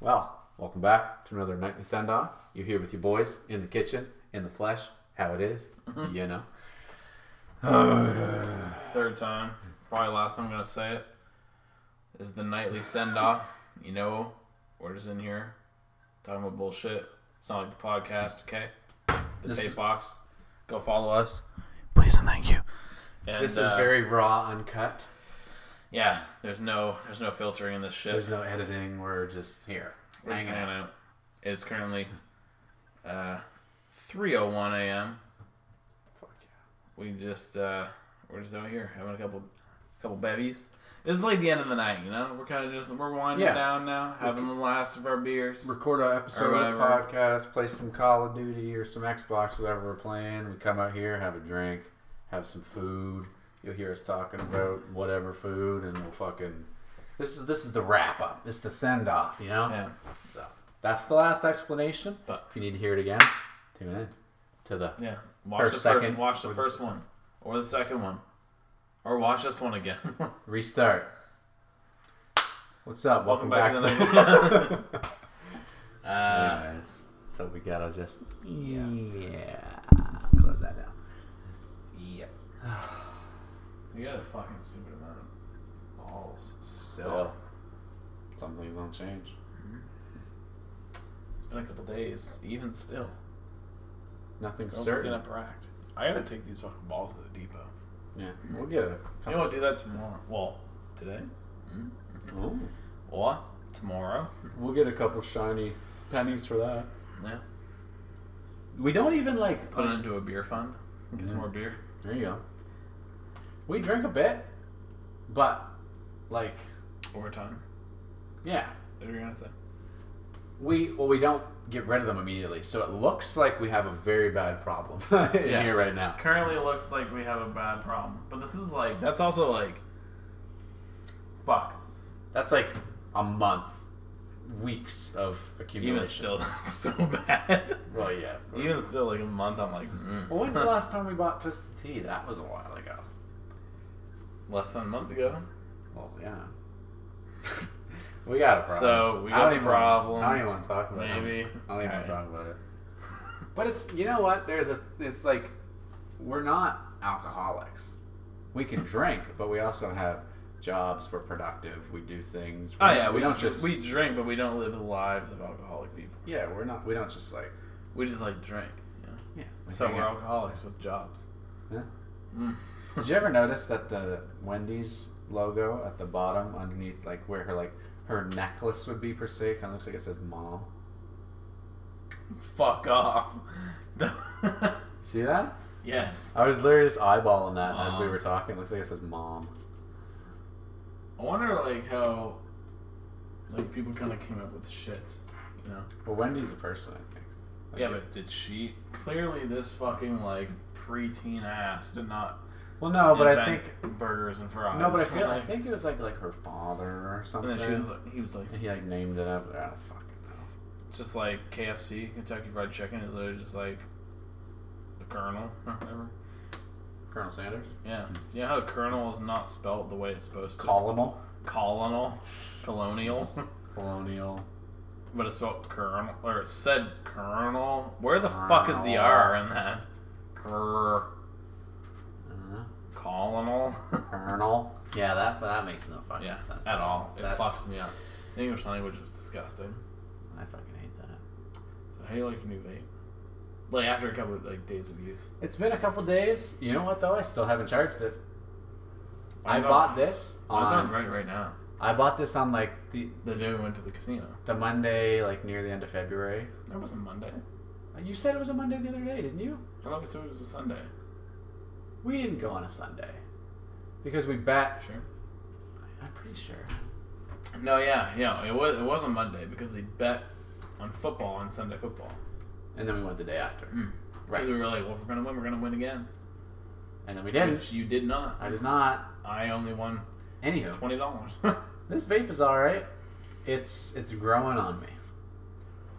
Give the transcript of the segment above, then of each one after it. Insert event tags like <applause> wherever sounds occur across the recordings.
Well, welcome back to another nightly send off. You're here with your boys in the kitchen, in the flesh, how it is, Mm-hmm. you know. Third time, probably last time I'm gonna say it. Is the nightly send off. You know, we're just in here talking about bullshit. It's not like the podcast, okay? The This tape is- box. Go follow us, please and thank you. And, This is uh, very raw, uncut. yeah. There's no there's no filtering in this shit. There's no editing. We're just here. We're just hanging out. hanging out. It's currently uh, 3:01 a.m. Fuck yeah. We just uh, we're just out here having a couple couple bevies. This is like the end of the night, you know. We're kind of just we're winding Yeah. down now, having the last of our beers. Record our episode Or of the whatever. podcast, play some Call of Duty or some Xbox, whatever we're playing. We come out here, have a drink, have some food. You'll hear us talking about whatever food, and we'll fucking. This is this is the wrap up. It's the send off, you know. Yeah, So that's the last explanation. But- if you need to hear it again, tune in to the yeah. Watch Or the second, first, watch or the the first one, or the second one, or watch this one again. <laughs> restart. What's up? Welcome, Welcome back back. to <laughs> another. uh, Anyways, so we gotta just yeah, close that down. yep. <sighs> You got a fucking stupid amount of balls. So Still, some things don't change. it's been a couple days. Even still, Nothing's Don't certain. gonna bracked. I gotta take these fucking balls to the depot. Yeah, we'll get a You know what? Do that tomorrow. Well, today. Mm. Ooh. Or tomorrow. We'll get a couple shiny pennies for that. Yeah. We don't even like. Put it into a beer fund. Get some more beer. There you go. We drink a bit, but like, Over time. yeah, What are you gonna say? we well we don't get rid of them immediately. So it looks like we have a very bad problem <laughs> in Yeah. here right now. Currently, it looks like we have a bad problem. But this is like that's also like, fuck. That's like a month, weeks of accumulation. Even still, <laughs> that's so bad. Well, yeah. of course. Even still, like a month, I'm like, mm. Well, when's the last time we bought Twisted Tea? That was a while ago. less than a month ago. Well, Oh, yeah. <laughs> We got a problem. So, I don't we got a even- problem. I don't even want to talk about it. Maybe. I don't even want Alright. to talk about it. <laughs> But it's you know what? There's a it's like we're not alcoholics. We can drink, but we also have jobs. We're productive. We do things. Oh yeah, we, don't just we drink, but we don't live the lives of alcoholic people. yeah. We're not. We don't just like We just like drink. Yeah. yeah. we So hang we're out. alcoholics with jobs. Yeah. Mm. Did you ever notice that the Wendy's logo at the bottom, underneath, like where her like her necklace would be per se, kind of looks like it says mom. Fuck off. <laughs> See that? yes. I was literally just eyeballing that as we Mom. were talking. It looks like it says mom. I wonder like how like people kind of came up with shit, you know? Well, Wendy's a person, I think. Like, yeah, but did she? Clearly, this fucking like preteen ass did not. well, no, but I think invent burgers and fries. no, but I feel I Like, think it was like like her father or something. And then she was like, he was like, And he like named it after. I don't fucking know. just like KFC, Kentucky Fried Chicken is literally just like the Colonel or whatever. Colonel Sanders. Yeah, yeah. How Colonel is not spelled the way it's supposed to. Colonel. Colonel, colonial. <laughs> Colonial. But it's spelled Colonel, or it said Colonel. Where the fuck is the R in that? Grr, I don't know. Colonel? Uh-huh. <laughs> Colonel. Yeah, that that makes no fucking yeah, sense at all. It That's- fucks me up. The English language is disgusting. I fucking hate that. So how do you like your new vape? Like after a couple of, like days of use. It's been a couple days. You know what though? I still haven't charged it. I Mine's on- bought this Mine's on on. right right now. I bought this on like the The day we went to the casino. the Monday, like near the end of February. That wasn't Monday. You said it was a Monday the other day, didn't you? I thought we said it was a Sunday. We didn't go on a Sunday because we bet. Sure. I'm pretty sure. No, yeah, yeah. It was it was on Monday because we bet on football on Sunday football. And then we went the day after, Because right? we were like, well, if we're gonna win, we're gonna win again. And then we didn't. Which you did not. I did not. I only won Anywho, twenty dollars. <laughs> this vape is all right. It's it's growing on me.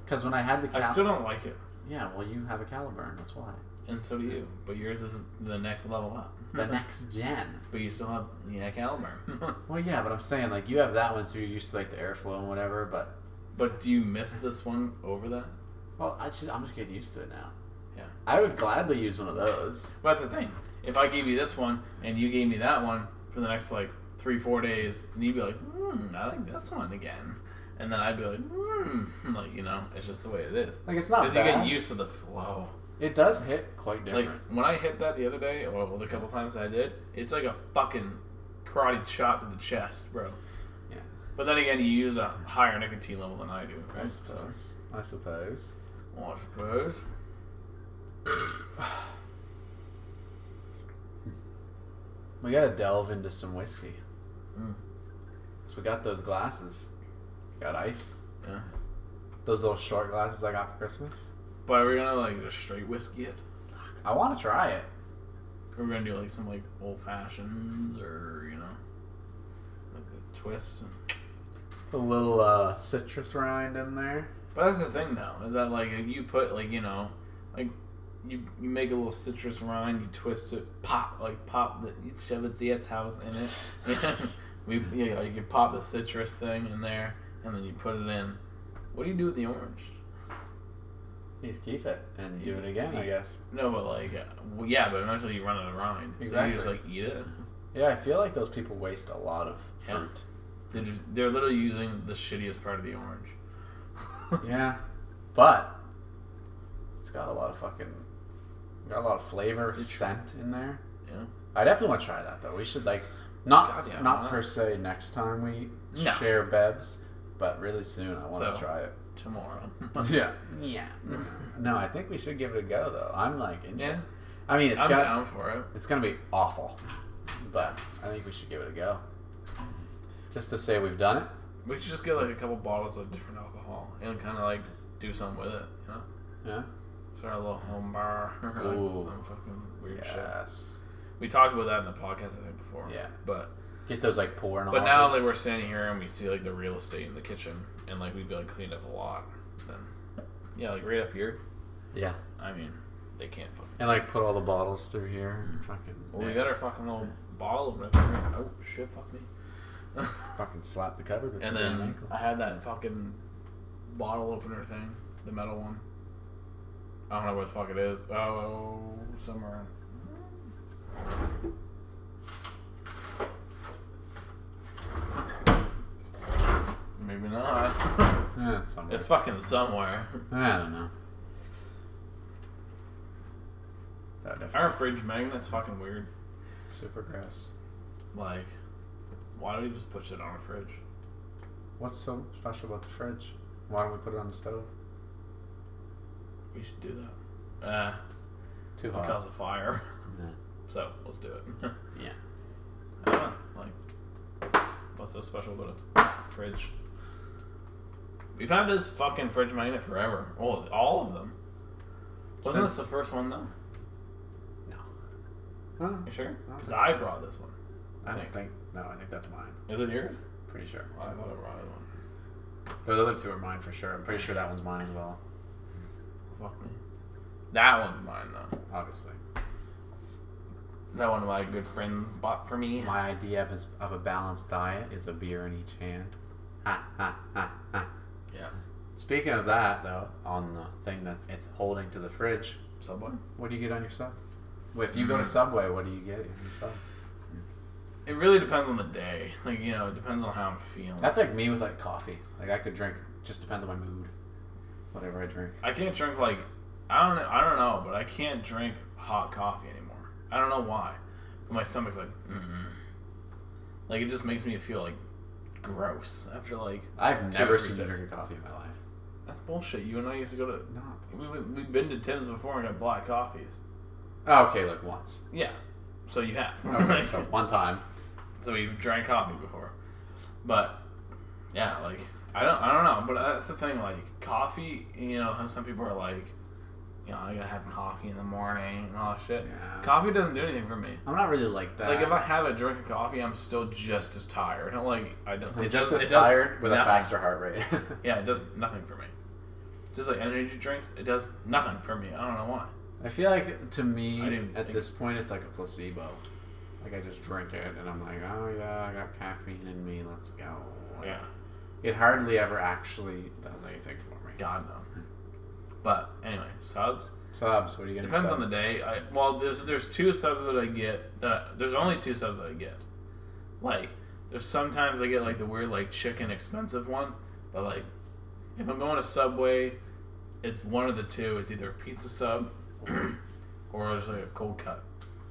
Cause when I had the I cal- still don't like it, yeah, well you have a Caliburn, that's <laughs> why. and so do you. But yours is the next level up. The next gen. <laughs> but you still have yeah, Caliburn. Well, yeah, but I'm saying like you have that one, so you're used to like the airflow and whatever. But <laughs> But do you miss this one over that? Well, I just, I'm just getting used to it now. Yeah. I would gladly use one of those. Well, that's the thing. If I gave you this one and you gave me that one for the next like three, four days, then you'd be like, hmm, I like this one again. And then I'd be like, hmm, <laughs> like, you know, it's just the way it is. Like it's not Because you bad. get used to the flow. it does hit quite different. Like, when I hit that the other day, or well, the couple times I did, it's like a fucking karate chop to the chest, bro. Yeah. But then again, you use a higher nicotine level than I do, I right? So, suppose. I suppose. well, I suppose. We gotta delve into some whiskey. Mm. So we got those glasses. Got ice. Yeah. Those little short glasses I got for Christmas. But are we gonna like just straight whiskey it? I want to try it. Are we gonna do like some like old fashions or you know, like the twist? A little uh, citrus rind in there. But that's the thing though, is that like if you put like you know, like you you make a little citrus rind, you twist it, pop like pop the you shove its its house in it. <laughs> we yeah, like you pop the citrus thing in there, and then you put it in. What do you do with the orange? You just keep it and do Yeah. it again, I guess. No, but like uh, well, yeah, but eventually you run out of rind, so you just Exactly. like eat it. Yeah, I feel like those people waste a lot of Yeah. fruit. They're just they're literally using the shittiest part of the orange. <laughs> Yeah, but it's got a lot of fucking got a lot of flavor, Citrus. scent in there. Yeah. I definitely want to try that though. We should like not God, yeah, why not not? per se next time we No. share bevs, but really soon I want So. to try it. tomorrow. <laughs> <laughs> Yeah. yeah. No, I think we should give it a go though. I'm like, inter- Yeah. I mean, it's I'm got down for it. it's gonna be awful, but I think we should give it a go. Just to say we've done it. We should just get like a couple bottles of different alcohol and kind of like do something with it, you know? Yeah. Start a little home bar <laughs> or like Ooh. some fucking weird shit. Yes. We talked about that in the podcast I think before. Yeah. But Get those like pour and but now that we're standing here and we see like the real estate in the kitchen and like we've like cleaned up a lot, then yeah, like right up here. yeah, I mean, they can't fucking. and like put all the bottles through here. And fucking. well, we yeah. got our fucking little bottle of whatever. Oh shit, fuck me. fucking slap the cupboard. With And your damn then ankle. I had that fucking bottle opener thing, the metal one. I don't know where the fuck it is. Oh, somewhere. Maybe not. <laughs> yeah, somewhere. it's fucking somewhere. <laughs> I don't know. That definitely Our fridge magnet's fucking weird. super gross. Like, why don't we just put shit on a fridge? What's so special about the fridge? Why don't we put it on the stove? We should do that. Uh, Too it'll cause a fire. <laughs> Yeah. So let's do it. <laughs> Yeah. I don't know, like, what's so special about a fridge? We've had this fucking fridge magnet forever. Well, all of them. Wasn't this Since- the first one though? Huh? You sure? Because think I brought this one. I don't think. No, I think that's mine. Is it yours? Pretty sure. I thought I brought it one. Those other two are mine for sure. I'm pretty sure that one's mine as well. Fuck me. That one's mine though. Obviously, That one my good friends bought for me. my idea of, is, of a balanced diet is a beer in each hand. Ha ha ha ha. Yeah. Speaking of that, though, on the thing that it's holding to the fridge, Subway. what do you get on your sub? If you go to Subway, what do you get on your sub? It really depends on the day. Like you know, it depends on how I'm feeling. That's like me with like coffee. Like I could drink. Just depends on my mood. Whatever I drink. I can't drink like I don't I don't know, but I can't drink hot coffee anymore. I don't know why, but my stomach's like, mm like it just makes me feel like gross after like I've Two never or three seen you sips. drink a coffee in my life. that's bullshit. You and I used to go to No. we we we've been to Tim's before and got black coffees. Oh, okay, like <laughs> once. Yeah, so you have <laughs> Okay, so one time. so we've drank coffee before, but yeah, like I don't, I don't know, but that's the thing. Like coffee, you know, some people are like, you know, I gotta have coffee in the morning and all that shit. Yeah. Coffee doesn't do anything for me. I'm not really like that. Like if I have a drink of coffee, I'm still just as tired. I'm like I don't. I'm it just does- as it does tired with a nothing. faster heart rate. <laughs> Yeah, it does nothing for me. Just like energy drinks, it does nothing for me. I don't know why. I feel like to me I didn't- at this point it's like a placebo. Like I just drink it and I'm like, oh yeah, I got caffeine in me. Let's go. Yeah, It hardly ever actually does anything for me. God no. But anyway, subs. Subs, what are you gonna Depends sub? on the day. I well, there's there's two subs that I get that I, there's only two subs that I get. Like there's sometimes I get like the weird like chicken expensive one, but like if I'm going to Subway, it's one of the two. It's either a pizza sub <clears throat> or it's like a cold cut.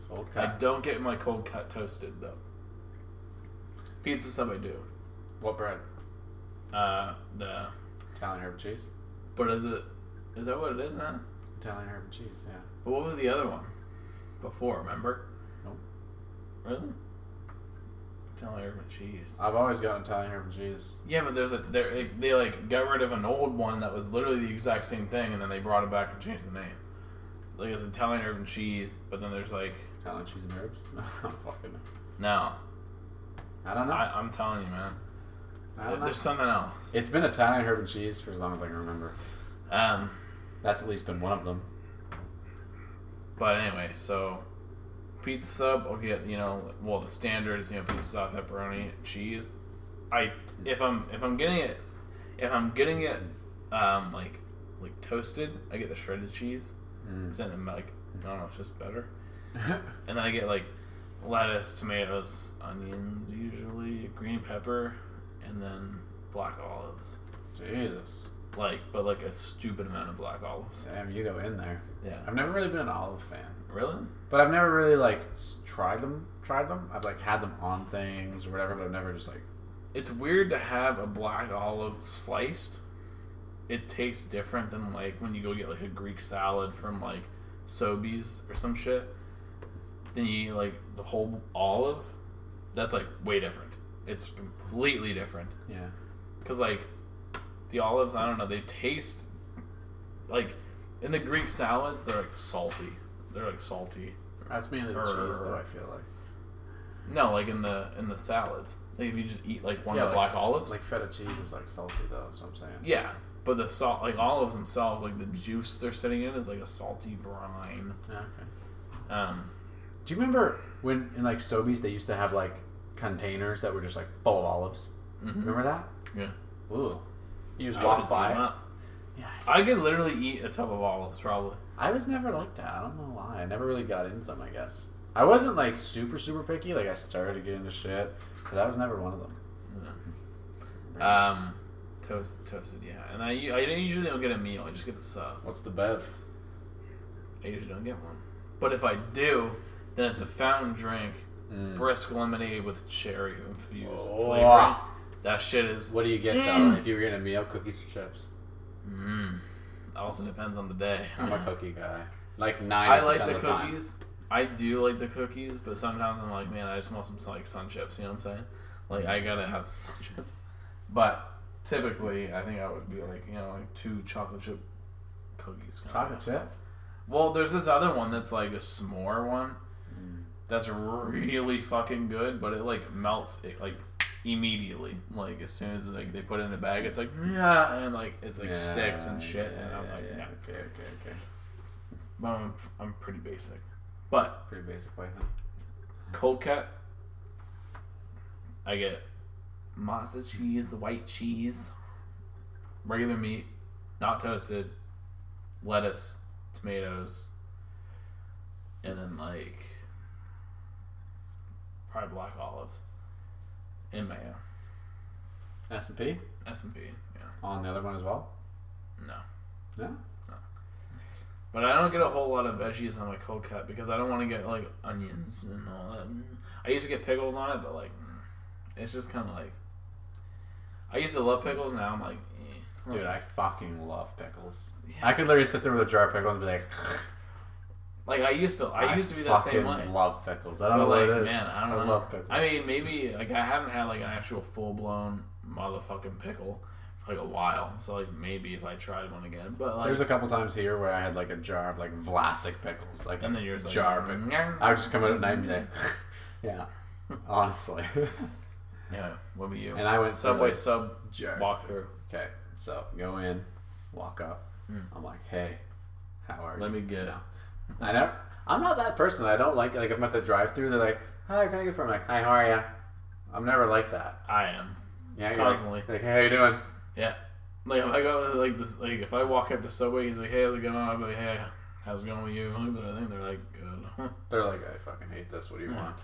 Old I don't get my cold cut toasted though. Pizza sub I do. What bread? Uh, the Italian herb cheese. but is it is that what it is now? Italian herb cheese. Yeah. But what was the other one before? Remember? Nope. Really? Italian herb and cheese. I've always gotten Italian herb and cheese. Yeah, but there's a there they like got rid of an old one that was literally the exact same thing, and then they brought it back and changed the name. Like it's Italian herb and cheese, but then there's like Italian cheese and herbs. <laughs> No, I'm fucking. no, I don't know. I, I, I'm telling you, man, don't know. there's something else. It's been Italian herb and cheese for as long as I can remember. Um, That's at least been one of them. But anyway, so pizza sub, I'll get you know, well the standard is you know pizza sub, pepperoni, cheese. I if I'm if I'm getting it if I'm getting it um like like toasted, I get the shredded cheese. Mm. Cause then I'm like I don't know, it's just better. And then I get like lettuce, tomatoes, onions usually, green pepper, and then black olives. <laughs> Jesus, Like but like a stupid amount of black olives. Sam, you go in there. Yeah. I've never really been an olive fan, Really? but I've never really like s- tried them. Tried them. I've like had them on things or whatever, but I've never just like. it's weird to have a black olive sliced. It tastes different than like when you go get like a Greek salad from like Sobeys or some shit. Then you eat like the whole olive. That's like way different. It's completely different Yeah. because like the olives, I don't know, they taste like in the Greek salads they're like salty. They're like salty. That's mainly the cheese, though. I feel like. No, like in the in the salads. Like if you just eat like one of like, the black olives, Like feta cheese is like salty though. That's what I'm saying. Yeah, but the salt, like olives themselves, like the juice they're sitting in is like a salty brine. Yeah, okay. Um, Do you remember when in like Sobeys they used to have like containers that were just like full of olives? Remember that? Mm-hmm. yeah, Ooh. You just I would walk just by. eat 'em it. up. Yeah. I could literally eat a tub of olives probably. I was never like that. I don't know why. I never really got into them. I guess I wasn't like super super picky. Like I started to get into shit, but I was never one of them. Um, toast, toasted, yeah. And I, u- I don't- usually don't get a meal. I just get the sub. What's the bev? I usually don't get one. But if I do, then it's a fountain drink, brisk lemonade with cherry infused Mm. Oh. flavor. That shit is. What do you get though? If you were getting a meal, cookies or chips? Mm, also depends on the day. I'm a cookie guy. Like nine. Mm. I like the, of the time. cookies. I do like the cookies, but sometimes I'm like, man, I just want some like sun chips. You know what I'm saying? Like I gotta have some sun chips. But typically, I think I would be like, you know, like two chocolate chip cookies. kinda. Chocolate chip. Well, there's this other one that's like a s'more one. That's really fucking good, but it like melts it like immediately. Like as soon as like they put it in the bag, it's like yeah, and like it's like sticks and shit. and I'm like, yeah. Okay, okay, okay. But I'm, I'm pretty basic. But Pretty basic way. cold cut. I get masa cheese, the white cheese, regular meat, not toasted, lettuce, tomatoes, and then like probably black olives and mayo. S and P F and B, yeah, on the other one as well. no. No. But I don't get a whole lot of veggies on my cold cut because I don't want to get like onions and all that. I used to get pickles on it, but like, mm, it's just kind of like. I used to love pickles. Now I'm like, eh. Dude, I fucking love pickles. Yeah. I could literally sit there with a jar of pickles and be like, like I used to. I, used to be that same fucking way. love pickles. I don't But know like, what it is. man, I don't know. love pickles. I mean, maybe like I haven't had like an actual full blown motherfucking pickle for like a while. So like maybe if I tried one again, but like, There's a couple times here where I had like a jar of like Vlasic pickles, like and a then you're just like, mm. jar of pickles. "Nyang." I would just come out at night and be like, <laughs> yeah, honestly, <laughs> yeah. What about you? And I went for, Subway like, sub jars. walkthrough. Okay, so go in, walk up. I'm like, hey, how are Mm. Let you? me get. I never. I'm not that person. I don't like like if I'm at the drive-through, they're like, hi, can I get from? Like, hi, how are you? I'm never like that. I am. Yeah, you're like, constantly. like, hey, how you doing? Yeah. Like I got like this like if I walk up to Subway, he's like, "Hey, how's it going?" I'll be like, "Hey, how's it going with you?" And everything. They're like, "Good." <laughs> They're like, I fucking hate this. What do you Yeah. want?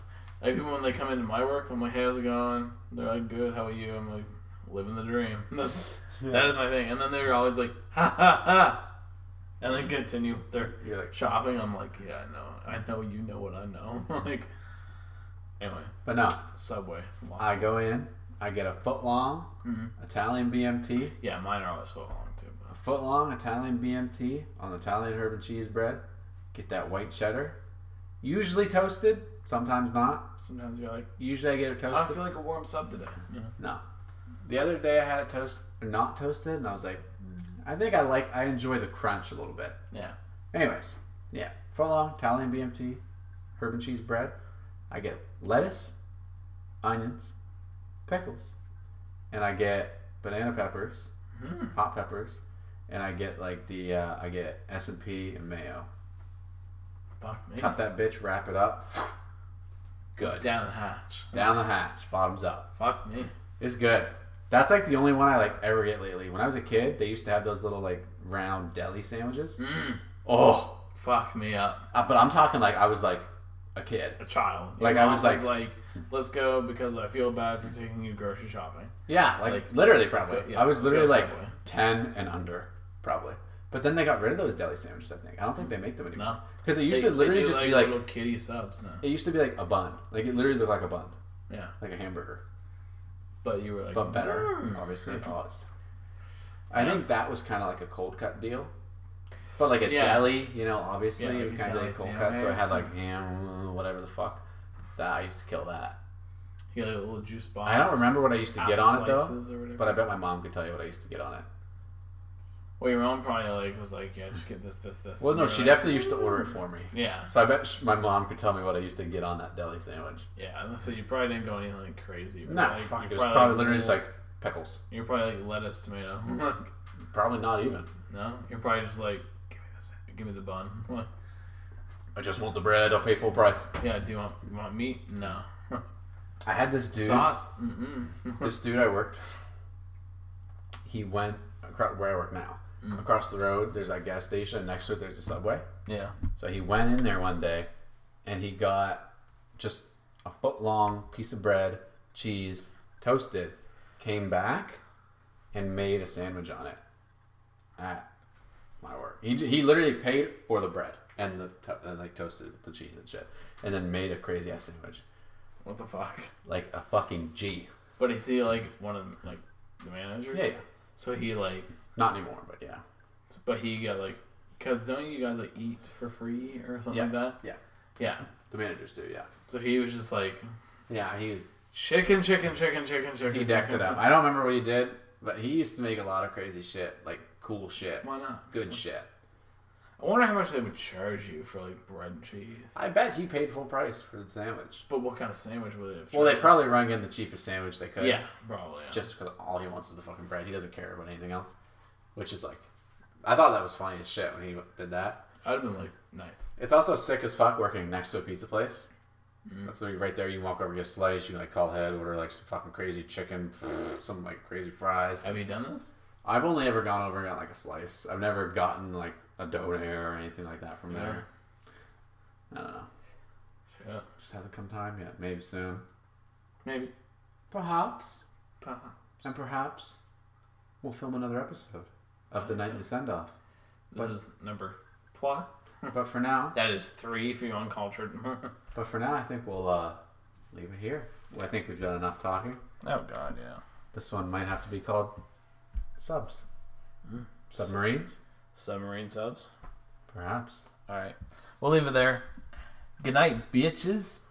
Like people when they come into my work, I'm like, "Hey, how's it going?" They're like, "Good. How are you?" I'm like, "Living the dream." <laughs> That's that is my thing. And then they're always like, <laughs> "Ha ha ha," and then continue with their You're like, shopping. I'm like, "Yeah, I know. I know you know what I know." <laughs> like, anyway, but no. Subway. Wow. I go in. I get a foot long Mhm. Italian BMT. Yeah, mine are always so long too. A But foot long Italian BMT on Italian herb and cheese bread. Get that white cheddar. Usually toasted, sometimes not. sometimes you're like, "Oh, Usually I get it "I don't toasted. feel like a warm sub today." You know? No. The other day I had it toast not toasted and I was like, "Mm, I think I like I enjoy the crunch a little bit. Yeah. Anyways, yeah. Foot long, Italian BMT, herb and cheese bread. I get lettuce, onions, pickles, and I get banana peppers, Hmm. hot peppers, and I get like the uh, I get S and P and mayo. Fuck me. Cut that bitch, wrap it up. Good. Down the hatch. Down the hatch, bottoms up. Fuck me. It's good. That's like the only one I like ever get lately. When I was a kid, they used to have those little like round deli sandwiches. Mm, Oh, fuck me up. uh, but I'm talking like I was like a kid. A child. Like, I mom was like- let's go because I feel bad for taking you grocery shopping. Yeah, like, Like, literally let's probably. go- yeah, I was let's go literally like Subway. ten and under probably. But then they got rid of those deli sandwiches. I think I don't think they make them anymore No. because it They- used they to literally do, just be like little kitty subs now. it used to be like a bun. Like it literally looked like a bun, Yeah. like a hamburger, But you were like, but better, "Mm." obviously. <laughs> Oh, it's- I think that was kind of like a cold cut deal. But like a Yeah. deli, you know, obviously Yeah, it like was a kind of deli like cold cut. So I sandwich. had like ham, whatever the fuck. That I used to kill that. You got a little juice box. I don't remember what I used to get apple on it though, slices or whatever. but I bet my mom could tell you what I used to get on it. well, your mom probably like was like, yeah, just get this, this, this. Well, And no, you're she like, definitely used to order it for me. Yeah, So I bet sh- my mom could tell me what I used to get on that deli sandwich. yeah. So you probably didn't go anything like crazy. but, No, like, fuck. you It was probably, literally just like pickles. you're probably like lettuce, tomato. <laughs> like, Probably not even. no, you're probably just like, give me this, give me the bun. Like, I just want the bread. I'll pay full price. Yeah, do you want you want meat? No. <laughs> I had this dude. Sauce? Mm-mm. <laughs> This dude I worked with. He went across where I work now. Across the road, there's that gas station. Next to it, there's a subway. yeah. So he went in there one day, and he got just a foot long piece of bread, cheese, toasted. Came back, and made a sandwich on it. At my work, he, j- he literally paid for the bread and the to- and like toasted the cheese and shit, and then made a crazy ass sandwich What the fuck? like a fucking G. But is he like one of like the managers? Yeah, yeah. So he like, Not anymore, but yeah. but he got like, cause don't you guys like eat for free or something like that? Yeah. Yeah. The managers do, yeah. So he was just like Yeah, he chicken, chicken, chicken, chicken, chicken. he decked chicken. it up. I don't remember what he did, but he used to make a lot of crazy shit, like cool shit, Why not? good shit. I wonder how much they would charge you for like bread and cheese. I bet he paid full price for the sandwich. But what kind of sandwich would it? Have Well, they charged probably rung in the cheapest sandwich they could. you? Yeah, probably. Yeah. Just because all he wants is the fucking bread. He doesn't care about anything else. Which is like, I thought that was funny as shit when he did that. I'd have been like, nice. It's also sick as fuck working next to a pizza place. Mm. That's like right there. You walk over, you get a slice. You can like call ahead, order like some fucking crazy chicken, some like crazy fries. Have you done this? I've only ever gone over and got like a slice. I've never gotten like a donair or anything like that from there. I don't know. Yeah. Just hasn't come time yet. Maybe soon. Maybe. Perhaps. Perhaps. And perhaps we'll film another episode of the nightly send off. This is number trois. But for now, That is three for you uncultured. <laughs> oh but for now, I think we'll uh, leave it here. I think we've done enough talking. god, yeah. This one might have to be called subs, submarines, Submarine subs. perhaps. All right, we'll leave it there. Good night, bitches.